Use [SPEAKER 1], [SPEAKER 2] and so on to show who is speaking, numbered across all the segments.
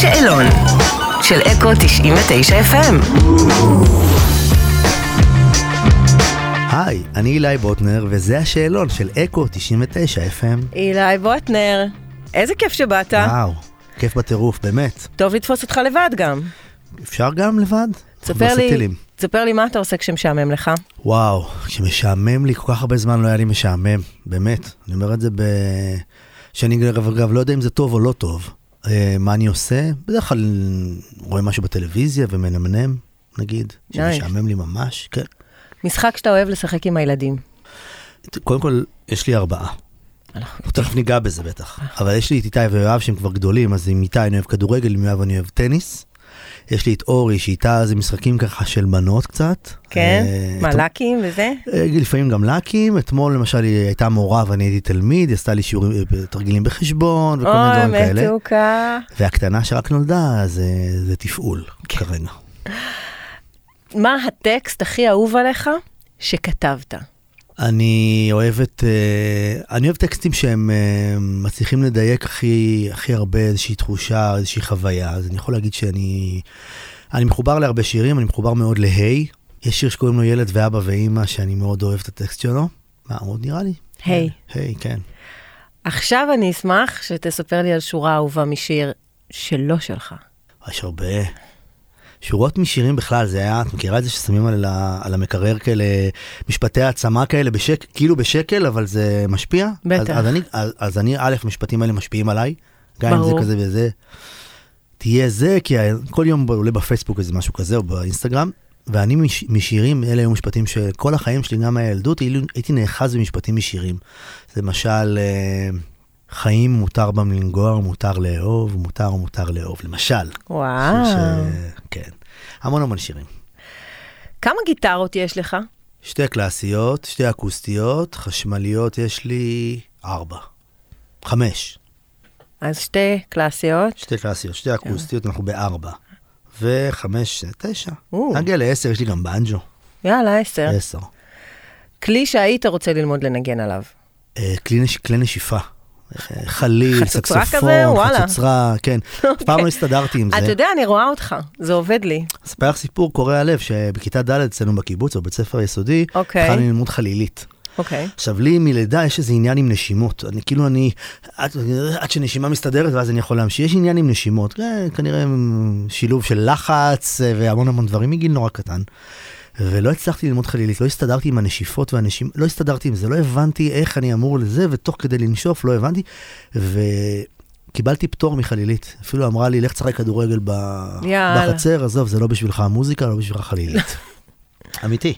[SPEAKER 1] שאלון של אקו 99 FM.
[SPEAKER 2] היי, אני אילי בוטנר, וזה השאלון של אקו 99 FM.
[SPEAKER 3] אילי בוטנר, איזה כיף שבאת.
[SPEAKER 2] וואו, כיף בטירוף, באמת.
[SPEAKER 3] טוב לתפוס אותך לבד גם.
[SPEAKER 2] אפשר גם לבד?
[SPEAKER 3] תספר לי,
[SPEAKER 2] ורסטיליים.
[SPEAKER 3] תספר לי מה אתה עושה כשמשעמם לך.
[SPEAKER 2] וואו, כשמשעמם לי, כל כך הרבה זמן לא היה לי משעמם, באמת. אני אומר את זה ב... שאני אגב, אגב לא יודע אם זה טוב או לא טוב. אה, מה אני עושה? בדרך כלל רואה משהו בטלוויזיה ומנמנם, נגיד.
[SPEAKER 3] נייס.
[SPEAKER 2] שמשעמם לי ממש, כן.
[SPEAKER 3] משחק שאתה אוהב לשחק עם הילדים.
[SPEAKER 2] קודם כל, יש לי ארבעה.
[SPEAKER 3] אנחנו- אה.
[SPEAKER 2] אנחנו תכף ניגע בזה בטח. אבל יש לי את איתי ויואב שהם כבר גדולים, אז עם איתי אני אוהב כדורגל, עם יואב אני אוהב טניס. יש לי את אורי, שאיתה זה משחקים ככה של בנות קצת.
[SPEAKER 3] כן?
[SPEAKER 2] אה,
[SPEAKER 3] מה,
[SPEAKER 2] את-
[SPEAKER 3] לקים וזה?
[SPEAKER 2] אה, לפעמים גם לאקים, אתמול למשל היא הייתה מורה ואני הייתי תלמיד, היא עשתה לי שיעורים, אה, תרגילים בחשבון וכל מיני
[SPEAKER 3] אוי,
[SPEAKER 2] דברים כאלה.
[SPEAKER 3] מתוקה.
[SPEAKER 2] והקטנה שרק נולדה אז, אה, זה תפעול
[SPEAKER 3] כן.
[SPEAKER 2] כרגע.
[SPEAKER 3] מה הטקסט הכי אהוב עליך שכתבת?
[SPEAKER 2] אני אוהב את... אה, אני אוהב טקסטים שהם אה, מצליחים לדייק הכי, הכי הרבה איזושהי תחושה, איזושהי חוויה. אז אני יכול להגיד שאני... אני מחובר להרבה שירים, אני מחובר מאוד להיי. יש שיר שקוראים לו ילד ואבא ואימא, שאני מאוד אוהב את הטקסט שלו. מה עוד נראה לי?
[SPEAKER 3] היי.
[SPEAKER 2] היי, כן.
[SPEAKER 3] עכשיו אני אשמח שתספר לי על שורה אהובה משיר שלא שלך.
[SPEAKER 2] יש הרבה. שורות משירים בכלל, זה היה, את מכירה את זה ששמים על, ה- על המקרר כאלה, משפטי העצמה כאלה, בשק, כאילו בשקל, אבל זה משפיע?
[SPEAKER 3] בטח.
[SPEAKER 2] אז, אז, אני, אז, אז אני, א', המשפטים האלה משפיעים עליי, גם אם זה
[SPEAKER 3] ברור.
[SPEAKER 2] כזה וזה. תהיה זה, כי ה- כל יום עולה בפייסבוק איזה משהו כזה, או באינסטגרם, ואני מש, משירים, אלה היו משפטים שכל החיים שלי, גם מהילדות, הייתי- הייתי נאחז במשפטים משירים. למשל, אה, חיים מותר בם לנגוע, מותר לאהוב, מותר מותר לאהוב, למשל.
[SPEAKER 3] וואו. אה.
[SPEAKER 2] ש- כן. המון המון שירים.
[SPEAKER 3] כמה גיטרות יש לך?
[SPEAKER 2] שתי קלאסיות, שתי אקוסטיות, חשמליות יש לי ארבע. חמש.
[SPEAKER 3] אז שתי קלאסיות.
[SPEAKER 2] שתי קלאסיות, שתי
[SPEAKER 3] כן.
[SPEAKER 2] אקוסטיות, אנחנו בארבע. וחמש, תשע.
[SPEAKER 3] או. כן.
[SPEAKER 2] נגיע לעשר, יש לי גם בנג'ו.
[SPEAKER 3] יאללה, עשר.
[SPEAKER 2] עשר.
[SPEAKER 3] כלי שהיית רוצה ללמוד לנגן עליו.
[SPEAKER 2] אה, כלי נש- כלי נשיפה. אה, חליל,
[SPEAKER 3] חצוצרה
[SPEAKER 2] סקסופון,
[SPEAKER 3] כזה? וואלה.
[SPEAKER 2] חצוצרה, כן. אף פעם לא הסתדרתי עם
[SPEAKER 3] אתה
[SPEAKER 2] זה.
[SPEAKER 3] יודע, אני רואה אותך, זה עובד לי.
[SPEAKER 2] אספר לך סיפור קורע לב, שבכיתה ד' אצלנו בקיבוץ, או בית ספר יסודי,
[SPEAKER 3] אוקיי.
[SPEAKER 2] התחלנו ללמוד חלילית.
[SPEAKER 3] אוקיי.
[SPEAKER 2] עכשיו, לי מלידה יש איזה עניין עם נשימות. אני כאילו, אני... עד, עד שנשימה מסתדרת ואז אני יכול להמשיך. יש עניין עם נשימות. אה, כנראה מ, שילוב של לחץ אה, והמון המון דברים מגיל נורא קטן. ולא הצלחתי ללמוד חלילית, לא הסתדרתי עם הנשיפות והנשים... לא הסתדרתי עם זה, לא הבנתי איך אני אמור לזה, ותוך כדי לנשוף לא הבנתי. וקיבלתי פטור מחלילית. אפילו אמרה לי, לך תשחק כדורגל ב...
[SPEAKER 3] יאללה.
[SPEAKER 2] בחצר, עזוב, זה לא בשבילך המוזיקה, לא בשבילך חלילית. אמיתי.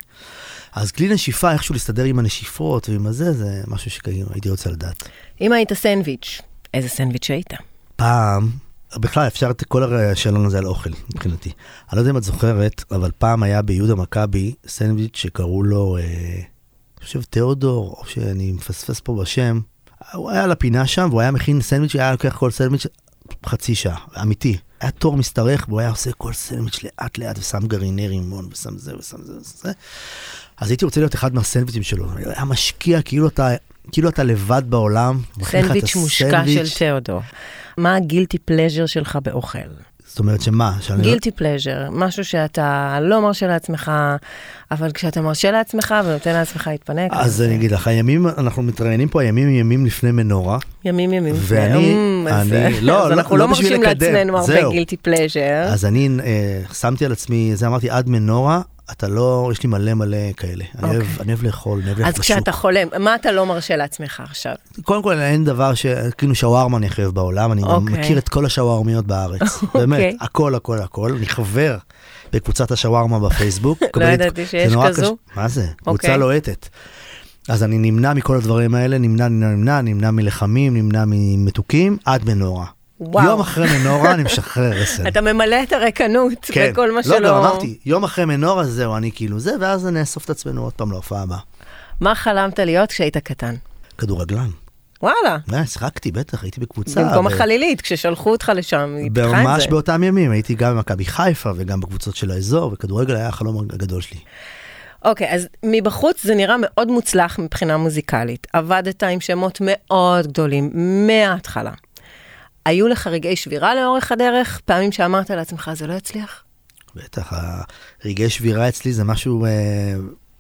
[SPEAKER 2] אז כלי נשיפה, איכשהו להסתדר עם הנשיפות ועם הזה, זה משהו שהייתי רוצה לדעת.
[SPEAKER 3] אם היית סנדוויץ', איזה סנדוויץ' היית?
[SPEAKER 2] פעם, בכלל אפשר את כל השאלון הזה על אוכל, מבחינתי. אני לא יודע אם את זוכרת, אבל פעם היה ביהודה מכבי סנדוויץ' שקראו לו, אה, אני חושב תיאודור, או שאני מפספס פה בשם. הוא היה על הפינה שם, והוא היה מכין סנדוויץ', היה לוקח כל סנדוויץ' חצי שעה, אמיתי. היה תור משתרך, והוא היה עושה כל סנדוויץ' לאט לאט, ושם גרעיני רימון, ושם זה, ושם זה, ושם זה. אז הייתי רוצה להיות אחד מהסנדוויצ'ים שלו. היה משקיע, כאילו אתה, כאילו אתה לבד בעולם. מכין לך את
[SPEAKER 3] סנדוויץ' מושקע
[SPEAKER 2] הסנדוויץ'.
[SPEAKER 3] של תיאודור. מה הגילטי פלז'ר שלך באוכל?
[SPEAKER 2] זאת אומרת שמה? שאני לא-
[SPEAKER 3] גילטי פלז'ר, משהו שאתה לא מרשה לעצמך, אבל כשאתה מרשה לעצמך ונותן לעצמך להתפנק,
[SPEAKER 2] אז אני אגיד לך, הימים, אנחנו מתראיינים פה, הימים הם ימים לפני מנורה.
[SPEAKER 3] ימים ימים.
[SPEAKER 2] ואני-
[SPEAKER 3] Mm, אז-
[SPEAKER 2] אני- לא,
[SPEAKER 3] אז
[SPEAKER 2] לא-
[SPEAKER 3] אנחנו
[SPEAKER 2] לא
[SPEAKER 3] לא
[SPEAKER 2] בשביל
[SPEAKER 3] מרשים
[SPEAKER 2] לקדם,
[SPEAKER 3] לעצמנו הרבה
[SPEAKER 2] זהו.
[SPEAKER 3] גילטי פלז'ר.
[SPEAKER 2] אז אני אה, שמתי על עצמי, זה אמרתי, עד מנורה, אתה לא, יש לי מלא מלא כאלה. אני אוהב-
[SPEAKER 3] אוקיי.
[SPEAKER 2] אני אוהב לאכול, אני אוהב
[SPEAKER 3] אז
[SPEAKER 2] ללכת לשוק.
[SPEAKER 3] כשאתה חולם, מה אתה לא מרשה לעצמך עכשיו?
[SPEAKER 2] קודם כל, אין דבר ש... כאילו שווארמה אני הכי אוהב בעולם, אני גם
[SPEAKER 3] אוקיי.
[SPEAKER 2] מכיר את כל השווארמיות בארץ. באמת,
[SPEAKER 3] אוקיי.
[SPEAKER 2] הכל, הכל, הכל. אני חבר בקבוצת השווארמה בפייסבוק. מקבל את-
[SPEAKER 3] לא ידעתי
[SPEAKER 2] זה
[SPEAKER 3] שיש
[SPEAKER 2] נורא
[SPEAKER 3] כזו.
[SPEAKER 2] קשה- מה זה? קבוצה
[SPEAKER 3] אוקיי.
[SPEAKER 2] לוהטת. אז אני נמנע מכל הדברים האלה, נמנע, נמנע, נמנע, נמנע מלחמים, נמנע ממתוקים, עד מנורה.
[SPEAKER 3] וואו.
[SPEAKER 2] יום אחרי מנורה אני משחרר עשר.
[SPEAKER 3] אתה ממלא את הריקנות
[SPEAKER 2] כן.
[SPEAKER 3] בכל מה
[SPEAKER 2] לא,
[SPEAKER 3] שלא...
[SPEAKER 2] לא, אמרתי, יום אחרי מנורה זהו, אני כאילו זה, ואז נאסוף את עצמנו עוד פעם להופעה הבאה.
[SPEAKER 3] מה חלמת להיות כשהיית קטן?
[SPEAKER 2] כדורגלן.
[SPEAKER 3] וואלה,
[SPEAKER 2] אה, שיחקתי, בטח, הייתי בקבוצה.
[SPEAKER 3] במקום
[SPEAKER 2] ו-
[SPEAKER 3] החלילית, כששלחו אותך לשם, היא פיתחה את
[SPEAKER 2] ממש
[SPEAKER 3] זה.
[SPEAKER 2] באותם ימים, הייתי גם במכבי חיפה וגם בקבוצות של האזור, וכדורגל היה החלום הגדול שלי.
[SPEAKER 3] אוקיי, אז מבחוץ זה נראה מאוד מוצלח מבחינה מוזיקלית. עבדת עם שמות מאוד גדולים מההתחלה. היו לך רגעי שבירה לאורך הדרך? פעמים שאמרת לעצמך, זה לא יצליח?
[SPEAKER 2] בטח, הרגעי שבירה אצלי זה משהו אה,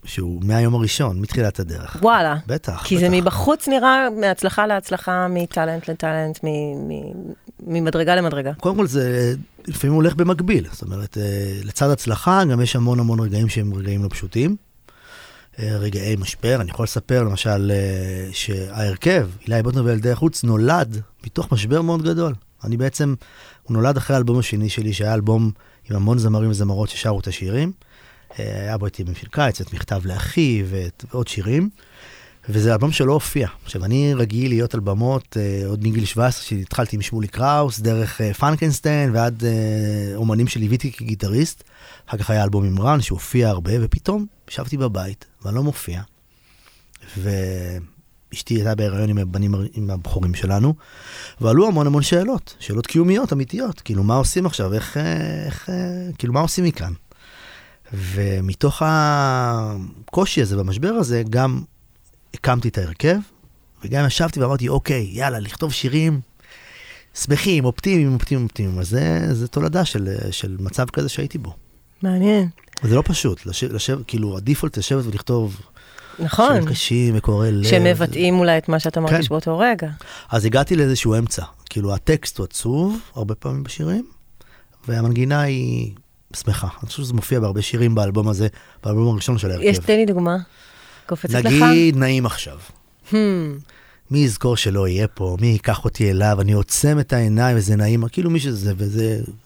[SPEAKER 2] שהוא מהיום הראשון, מתחילת הדרך.
[SPEAKER 3] וואלה.
[SPEAKER 2] בטח,
[SPEAKER 3] כי זה
[SPEAKER 2] בטח.
[SPEAKER 3] מבחוץ נראה מהצלחה להצלחה, מטאלנט לטאלנט, מ- מ- ממדרגה למדרגה.
[SPEAKER 2] קודם כל זה אה, לפעמים הולך במקביל, זאת אומרת, אה, לצד הצלחה גם יש המון המון רגעים שהם רגעים לא פשוטים. אה, רגעי משבר, אני יכול לספר למשל אה, שההרכב, אילי בוטנר וילדי החוץ, נולד מתוך משבר מאוד גדול. אני בעצם, הוא נולד אחרי האלבום השני שלי, שהיה אלבום עם המון זמרים וזמרות ששרו את השירים. אה, היה בו איתי במפעיל קיץ, את מכתב לאחי ואת- ועוד שירים. וזה אלבום שלא הופיע. עכשיו, אני רגיל להיות על במות אה, עוד מגיל 17, שהתחלתי עם שמולי קראוס, דרך אה, פנקנסטיין ועד אה, אומנים שליוויתי כגיטריסט. אחר כך היה אלבום עם רן שהופיע הרבה, ופתאום ישבתי בבית, ואני לא מופיע. ואשתי הייתה בהיריון עם הבנים, הר- עם הבחורים שלנו, ועלו המון המון שאלות, שאלות קיומיות, אמיתיות. כאילו, מה עושים עכשיו? איך, אה, איך, אה, כאילו, מה עושים מכאן? ומתוך הקושי הזה והמשבר הזה, גם הקמתי את ההרכב, וגם ישבתי ואמרתי, אוקיי, יאללה, לכתוב שירים שמחים, אופטימיים, אופטימיים, אופטימיים. אז זה, זה תולדה של, של מצב כזה שהייתי בו.
[SPEAKER 3] מעניין.
[SPEAKER 2] זה לא פשוט, לשבת, לשב, כאילו, הדיפולט לשבת ולכתוב
[SPEAKER 3] נכון.
[SPEAKER 2] שירים קשים וקורא לב.
[SPEAKER 3] שמבטאים אולי את מה שאתה מרגיש
[SPEAKER 2] כן.
[SPEAKER 3] באותו רגע.
[SPEAKER 2] אז הגעתי לאיזשהו אמצע. כאילו, הטקסט הוא עצוב, הרבה פעמים בשירים, והמנגינה היא שמחה. אני חושב שזה מופיע בהרבה שירים באלבום הזה, באלבום הראשון של ההרכב.
[SPEAKER 3] יש, תן לי דוגמה. קופצת לך?
[SPEAKER 2] נגיד, נעים עכשיו.
[SPEAKER 3] Hmm.
[SPEAKER 2] מי יזכור שלא יהיה פה, מי ייקח אותי אליו, אני עוצם את העיניים וזה נעים, כאילו מי שזה, וזה,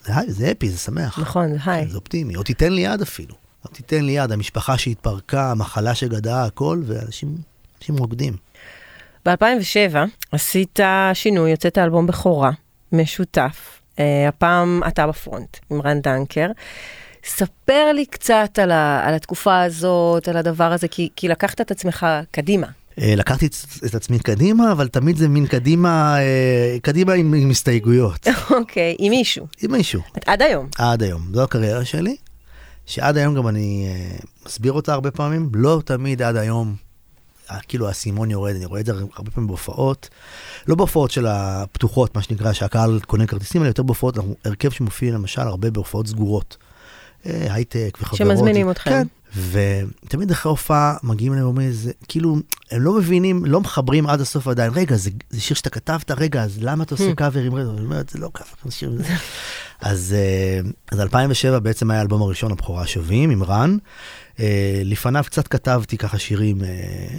[SPEAKER 2] זה, היי, זה הפי, זה שמח.
[SPEAKER 3] נכון, זה היי.
[SPEAKER 2] כן, זה אופטימי, או תיתן לי יד אפילו. או תיתן לי יד, המשפחה שהתפרקה, המחלה שגדעה, הכל, ואנשים אנשים רוקדים.
[SPEAKER 3] ב-2007 עשית שינוי, יוצאת אלבום בכורה, משותף. אה, הפעם אתה בפרונט, עם רן דנקר. ספר לי קצת על, ה, על התקופה הזאת, על הדבר הזה, כי, כי לקחת את עצמך קדימה.
[SPEAKER 2] אה, לקחתי את- את עצמי קדימה, אבל תמיד זה מין קדימה, אה, קדימה עם עם הסתייגויות,
[SPEAKER 3] אוקיי, עם מישהו.
[SPEAKER 2] עם מישהו.
[SPEAKER 3] את- עד היום.
[SPEAKER 2] עד היום, זו הקריירה שלי, שעד היום גם אני אה, מסביר אותה הרבה פעמים, לא תמיד עד היום, אה, כאילו האסימון יורד, אני רואה את זה הרבה פעמים בהופעות, לא בהופעות של הפתוחות, מה שנקרא, שהקהל קונה כרטיסים, אלא יותר בהופעות, אנחנו הרכב שמופיע למשל הרבה בהופעות סגורות. אה, הייטק וחברות.
[SPEAKER 3] שמזמינים אתכם.
[SPEAKER 2] כן, ותמיד אחרי הופעה מגיעים אליהם ואומרים, "זה- כאילו, הם לא מבינים, לא מחברים עד הסוף עדיין, רגע, זה, זה שיר שאתה כתבת, רגע, אז למה אתה עושה קאברים? רגע, אני אומר, זה לא קאבר, זה שיר... זה." אז, אה, אז 2007 בעצם היה האלבום הראשון, הבכורה שווים, עם רן. אה, לפניו קצת כתבתי ככה שירים אה,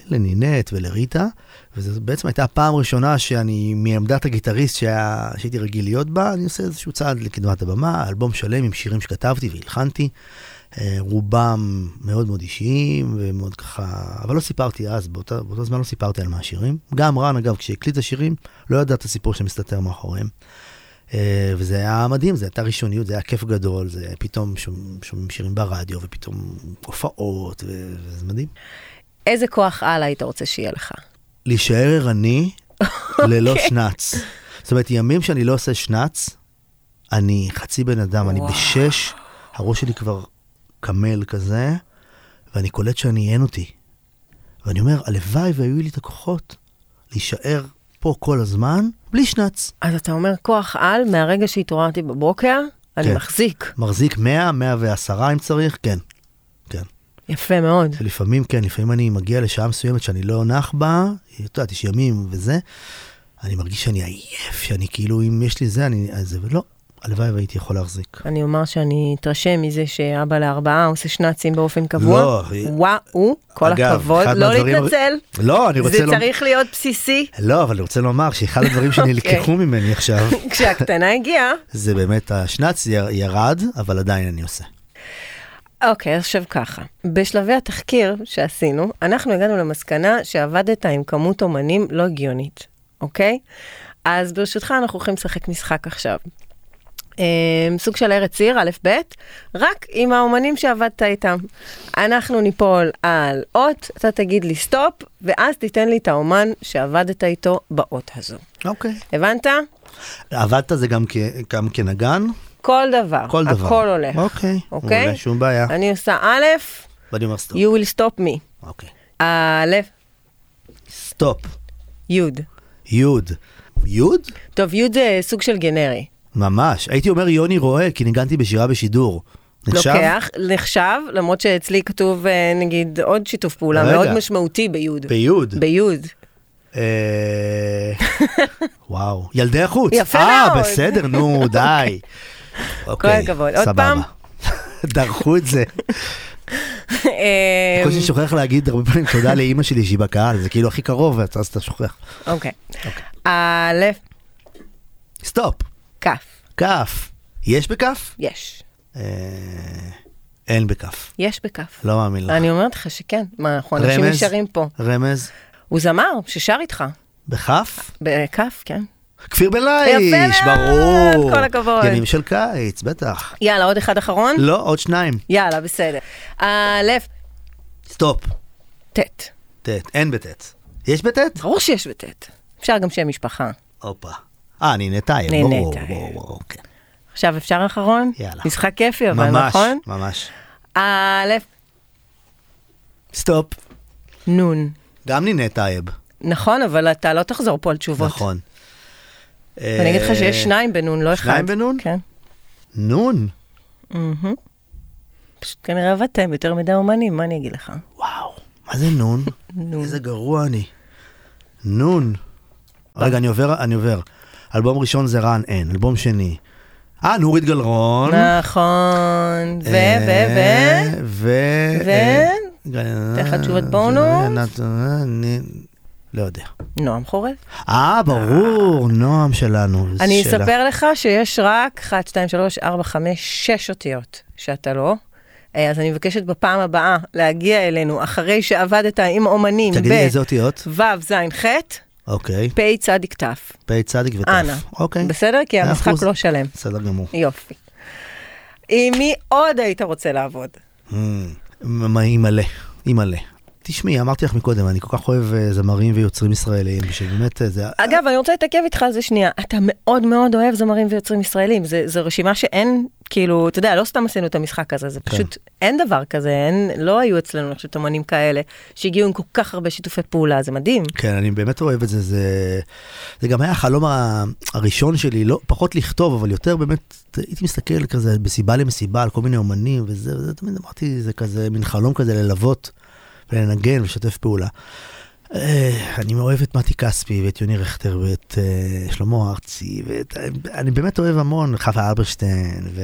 [SPEAKER 2] לנינט ולריטה, וזו בעצם הייתה הפעם הראשונה שאני, מעמדת הגיטריסט שהיה, שהייתי רגיל להיות בה, אני עושה איזשהו צעד לקדמת הבמה, אלבום שלם עם שירים שכתבתי והלחנתי. אה, רובם מאוד מאוד אישיים ומאוד ככה, אבל לא סיפרתי אז, באותה, באותו זמן לא סיפרתי על מה השירים. גם רן, אגב, כשהקליט את השירים, לא ידע את הסיפור שמסתתר מאחוריהם. אה, וזה היה מדהים, זה הייתה ראשוניות, זה היה כיף גדול, זה פתאום שומע- שומעים שירים ברדיו, ופתאום הופעות, ו- וזה מדהים.
[SPEAKER 3] איזה כוח על היית רוצה שיהיה לך?
[SPEAKER 2] להישאר ערני ללא שנץ. זאת אומרת, ימים שאני לא עושה שנץ, אני חצי בן אדם, אני
[SPEAKER 3] וואו.
[SPEAKER 2] בשש, הראש שלי כבר קמל כזה, ואני קולט שאני אין אותי. ואני אומר, הלוואי והיו לי את הכוחות להישאר פה כל הזמן, בלי שנץ.
[SPEAKER 3] אז אתה אומר כוח על, מהרגע שהתעוררתי בבוקר, אני
[SPEAKER 2] כן.
[SPEAKER 3] מחזיק.
[SPEAKER 2] מחזיק 100, 110 אם צריך, כן. כן.
[SPEAKER 3] יפה מאוד.
[SPEAKER 2] לפעמים כן, לפעמים אני מגיע לשעה מסוימת שאני לא נח בה, את יודעת, יש ימים וזה, אני מרגיש שאני עייף, שאני כאילו, אם יש לי זה, אני... אז זה, ולא, הלוואי והייתי יכול להחזיק.
[SPEAKER 3] אני אומר שאני אתרשם מזה שאבא לארבעה עושה שנאצים באופן קבוע.
[SPEAKER 2] לא,
[SPEAKER 3] וואו, כל
[SPEAKER 2] אגב,
[SPEAKER 3] הכבוד,
[SPEAKER 2] אחד
[SPEAKER 3] לא
[SPEAKER 2] מהדברים-
[SPEAKER 3] להתנצל.
[SPEAKER 2] לא, אני רוצה...
[SPEAKER 3] זה
[SPEAKER 2] לומר-
[SPEAKER 3] צריך להיות בסיסי.
[SPEAKER 2] לא, אבל אני רוצה לומר שאחד הדברים
[SPEAKER 3] אוקיי.
[SPEAKER 2] שנלקחו ממני עכשיו,
[SPEAKER 3] כשהקטנה הגיעה.
[SPEAKER 2] זה באמת, השנץ יר- ירד, אבל עדיין אני עושה.
[SPEAKER 3] אוקיי, עכשיו ככה. בשלבי התחקיר שעשינו, אנחנו הגענו למסקנה שעבדת עם כמות אומנים לא הגיונית, אוקיי? אז ברשותך, אנחנו הולכים לשחק משחק עכשיו. אמ, סוג של ארץ עיר, א' ב', רק עם האומנים שעבדת איתם. אנחנו ניפול על אות, אתה תגיד לי סטופ, ואז תיתן לי את האומן שעבדת איתו באות הזו.
[SPEAKER 2] אוקיי.
[SPEAKER 3] הבנת?
[SPEAKER 2] עבדת זה גם כ- גם כנגן?
[SPEAKER 3] כל דבר,
[SPEAKER 2] כל דבר.
[SPEAKER 3] הכל הולך.
[SPEAKER 2] אוקיי. מעולה, שום בעיה.
[SPEAKER 3] אני עושה א',
[SPEAKER 2] ואני אומר סטופ.
[SPEAKER 3] you will stop me.
[SPEAKER 2] אוקיי.
[SPEAKER 3] א',
[SPEAKER 2] סטופ.
[SPEAKER 3] י'.
[SPEAKER 2] יוד. יוד?
[SPEAKER 3] טוב, יוד זה סוג של גנרי.
[SPEAKER 2] ממש. הייתי אומר יוני רואה, כי ניגנתי בשירה בשידור. נחשב?
[SPEAKER 3] לוקח, נחשב, למרות שאצלי כתוב אה, נגיד עוד שיתוף פעולה
[SPEAKER 2] רגע.
[SPEAKER 3] מאוד משמעותי ביוד.
[SPEAKER 2] ביוד.
[SPEAKER 3] ביוד.
[SPEAKER 2] אה, וואו, ילדי החוץ.
[SPEAKER 3] יפה
[SPEAKER 2] אה,
[SPEAKER 3] מאוד.
[SPEAKER 2] בסדר, נו, די. אוקיי,
[SPEAKER 3] הכבוד. עוד
[SPEAKER 2] סבבה.
[SPEAKER 3] פעם?
[SPEAKER 2] דרכו את זה.
[SPEAKER 3] אה,
[SPEAKER 2] בקושי שוכח להגיד הרבה פעמים תודה לאימא שלי שהיא בקהל, זה כאילו הכי קרוב, אז אתה שוכח.
[SPEAKER 3] אוקיי. א',
[SPEAKER 2] סטופ,
[SPEAKER 3] כף,
[SPEAKER 2] כף. יש בכף?
[SPEAKER 3] יש.
[SPEAKER 2] אה, אין בכף.
[SPEAKER 3] יש בכף.
[SPEAKER 2] לא מאמין לך.
[SPEAKER 3] אני לא. אומרת לך שכן. מה, אנחנו אנשים
[SPEAKER 2] רמז?
[SPEAKER 3] נשארים פה.
[SPEAKER 2] רמז?
[SPEAKER 3] הוא זמר ששר איתך.
[SPEAKER 2] בכף?
[SPEAKER 3] בכף, כן.
[SPEAKER 2] כפיר בן ליש,
[SPEAKER 3] יפה מאוד,
[SPEAKER 2] ברור.
[SPEAKER 3] כל הכבוד.
[SPEAKER 2] ימים של קיץ, בטח.
[SPEAKER 3] יאללה, עוד אחד אחרון?
[SPEAKER 2] לא, עוד שניים.
[SPEAKER 3] יאללה, בסדר. א',
[SPEAKER 2] סטופ,
[SPEAKER 3] ט'.
[SPEAKER 2] טט, אין בטט. יש בטט?
[SPEAKER 3] ברור שיש בט'. אפשר גם שם משפחה.
[SPEAKER 2] הופה. אה, נהנתיים.
[SPEAKER 3] נהנתיים.
[SPEAKER 2] ברור, ברור, ברור, כן.
[SPEAKER 3] עכשיו אפשר אחרון?
[SPEAKER 2] יאללה.
[SPEAKER 3] משחק כיפי, אבל
[SPEAKER 2] ממש,
[SPEAKER 3] נכון?
[SPEAKER 2] ממש.
[SPEAKER 3] א',
[SPEAKER 2] סטופ.
[SPEAKER 3] נון.
[SPEAKER 2] גם נינת טייב,
[SPEAKER 3] נכון, אבל אתה לא תחזור פה על תשובות.
[SPEAKER 2] נכון.
[SPEAKER 3] ואני אגיד לך שיש
[SPEAKER 2] אה,
[SPEAKER 3] שניים בנון, לא אחד.
[SPEAKER 2] שניים בנון?
[SPEAKER 3] כן.
[SPEAKER 2] נון.
[SPEAKER 3] פשוט כנראה עבדתם יותר מדי אומנים, מה אני אגיד לך?
[SPEAKER 2] וואו, מה זה נון?
[SPEAKER 3] נון.
[SPEAKER 2] איזה גרוע אני. נון. רגע, אני עובר, אני עובר. אלבום ראשון זה רן אין, אלבום שני. אה, נורית גלרון.
[SPEAKER 3] נכון. ו, ו, ו,
[SPEAKER 2] אה, ו... אה,
[SPEAKER 3] ו-
[SPEAKER 2] ו...
[SPEAKER 3] אתן לך תשובות
[SPEAKER 2] אה,
[SPEAKER 3] בונוס.
[SPEAKER 2] לא יודע.
[SPEAKER 3] נועם חורף.
[SPEAKER 2] אה, ברור, נועם שלנו. איזה
[SPEAKER 3] אני
[SPEAKER 2] שאלה.
[SPEAKER 3] אספר לך שיש רק 1, 2, 3, 4, 5, 6 אותיות שאתה לא. אה, אז אני מבקשת בפעם הבאה להגיע אלינו אחרי שעבדת עם אומנים
[SPEAKER 2] תגידי איזה אותיות?
[SPEAKER 3] ו', ז', ח',
[SPEAKER 2] אוקיי,
[SPEAKER 3] פ', צ', ת'.
[SPEAKER 2] פ' צדיק ות'.
[SPEAKER 3] אנא.
[SPEAKER 2] אוקיי.
[SPEAKER 3] בסדר? כי
[SPEAKER 2] מאה
[SPEAKER 3] המשחק
[SPEAKER 2] אחוז.
[SPEAKER 3] לא שלם.
[SPEAKER 2] בסדר גמור.
[SPEAKER 3] יופי. עם מי עוד היית רוצה לעבוד?
[SPEAKER 2] מ- מה, אימא'לה, אימא'לה. תשמעי, אמרתי לך מקודם, אני כל כך אוהב אה, זמרים ויוצרים ישראליים, שבאמת אה, זה...
[SPEAKER 3] אגב, אני רוצה להתעכב איתך על זה שנייה. אתה מאוד מאוד אוהב זמרים ויוצרים ישראלים. זה- זו רשימה שאין, כאילו, אתה יודע, לא סתם עשינו את המשחק הזה, זה פשוט, אין דבר כזה, אין, לא היו אצלנו, אני חושבת, אומנים כאלה, שהגיעו עם כל כך הרבה שיתופי פעולה, זה מדהים.
[SPEAKER 2] כן, אני באמת אוהב את זה, זה, זה גם היה החלום ה- הראשון שלי, לא, פחות לכתוב, אבל יותר באמת, הייתי מסתכל כזה בסיבה למסיבה על כל מיני אומנים וזה, וזה תמיד אמרתי, זה כזה מין חלום כזה ללוות ולנגן ולשתף פעולה. אה, אני אוהב את מתי כספי ואת יוני רכטר ואת אה, שלמה ארצי, ואת, אני באמת אוהב המון, חווה אלברשטיין, ו...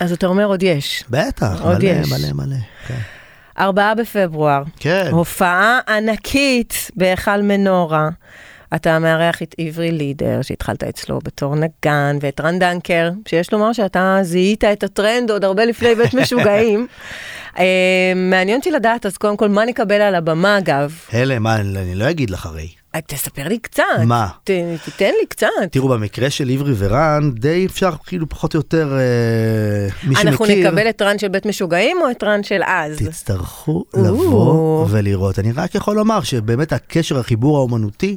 [SPEAKER 3] אז אתה אומר עוד יש.
[SPEAKER 2] בטח,
[SPEAKER 3] עוד
[SPEAKER 2] מלא,
[SPEAKER 3] יש.
[SPEAKER 2] מלא, מלא, כן.
[SPEAKER 3] ארבעה בפברואר,
[SPEAKER 2] כן.
[SPEAKER 3] הופעה ענקית בהיכל מנורה. אתה מארח את עברי לידר, שהתחלת אצלו בתור נגן, ואת רן דנקר, שיש לומר שאתה זיהית את הטרנד עוד הרבה לפני בית משוגעים. אה, מעניין אותי לדעת, אז קודם כל, מה נקבל על הבמה, אגב?
[SPEAKER 2] הלם, מה, אני אני לא אגיד לך הרי.
[SPEAKER 3] אה, תספר לי קצת.
[SPEAKER 2] מה?
[SPEAKER 3] ת, תיתן לי קצת.
[SPEAKER 2] תראו, במקרה של עברי ורן, די אפשר כאילו פחות או יותר, אה, מי שמכיר,
[SPEAKER 3] אנחנו נקבל את רן של בית משוגעים או את רן של אז?
[SPEAKER 2] תצטרכו
[SPEAKER 3] או.
[SPEAKER 2] לבוא ולראות. אני רק יכול לומר שבאמת הקשר, החיבור האומנותי,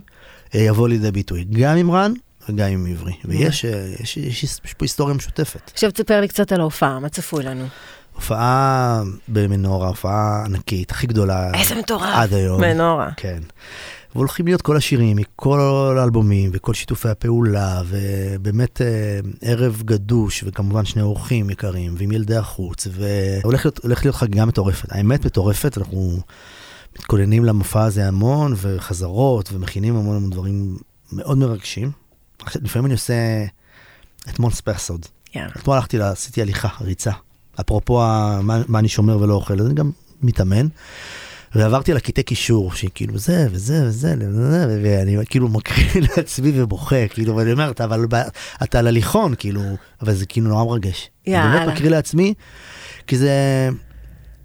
[SPEAKER 2] אה, יבוא לידי ביטוי, גם עם רן וגם עם עברי. ויש
[SPEAKER 3] אוקיי.
[SPEAKER 2] אה, יש- יש- יש פה היסטוריה משותפת.
[SPEAKER 3] עכשיו תספר לי קצת על ההופעה, מה צפוי לנו?
[SPEAKER 2] הופעה במנורה, הופעה ענקית, הכי גדולה.
[SPEAKER 3] איזה מטורף.
[SPEAKER 2] עד היום.
[SPEAKER 3] מנורה.
[SPEAKER 2] כן. והולכים להיות כל השירים מכל האלבומים וכל שיתופי הפעולה, ובאמת אה, ערב גדוש, וכמובן שני אורחים יקרים, ועם ילדי החוץ, והולך להיות, הולך להיות חגיגה מטורפת. האמת מטורפת, אנחנו מתכוננים למופע הזה המון, וחזרות, ומכינים המון המון דברים מאוד מרגשים. עכשיו, לפעמים אני עושה אתמול ספייסוד.
[SPEAKER 3] יאללה.
[SPEAKER 2] אתמול הלכתי, לה- עשיתי הליכה, ריצה. אפרופו ה- מה, מה אני שומר ולא אוכל, אז אני גם מתאמן. ועברתי על הקטעי קישור, שכאילו זה וזה וזה, וזה, ו- ואני כאילו מקריא לעצמי ובוכה, כאילו, ואני אומר, "אתה- אבל ב- אתה על הליכון, כאילו, אבל זה כאילו נורא מרגש. אני
[SPEAKER 3] יאללה.
[SPEAKER 2] באמת מקריא לעצמי, כי זה...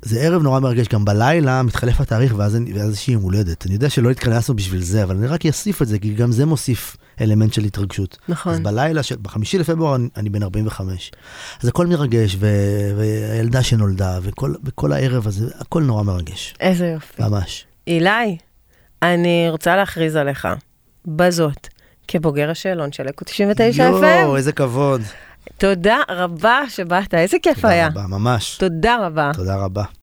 [SPEAKER 2] זה ערב נורא מרגש, גם בלילה מתחלף התאריך ואז אני- ואז יש לי יום הולדת. אני יודע שלא התכנסנו בשביל זה, אבל אני רק אוסיף את זה, כי גם זה מוסיף אלמנט של התרגשות.
[SPEAKER 3] נכון.
[SPEAKER 2] אז בלילה, של, בחמישי לפברואר אני, אני בן 45. אז הכל מרגש, ו- והילדה שנולדה, וכל, וכל הערב הזה, הכל נורא מרגש,
[SPEAKER 3] איזה יופי.
[SPEAKER 2] ממש.
[SPEAKER 3] אילי, אני רוצה להכריז עליך, בזאת, כבוגר השאלון של אקו 99 FM.
[SPEAKER 2] איזה כבוד.
[SPEAKER 3] תודה רבה שבאת, איזה כיף
[SPEAKER 2] תודה
[SPEAKER 3] היה.
[SPEAKER 2] רבה, ממש.
[SPEAKER 3] תודה רבה.
[SPEAKER 2] תודה רבה.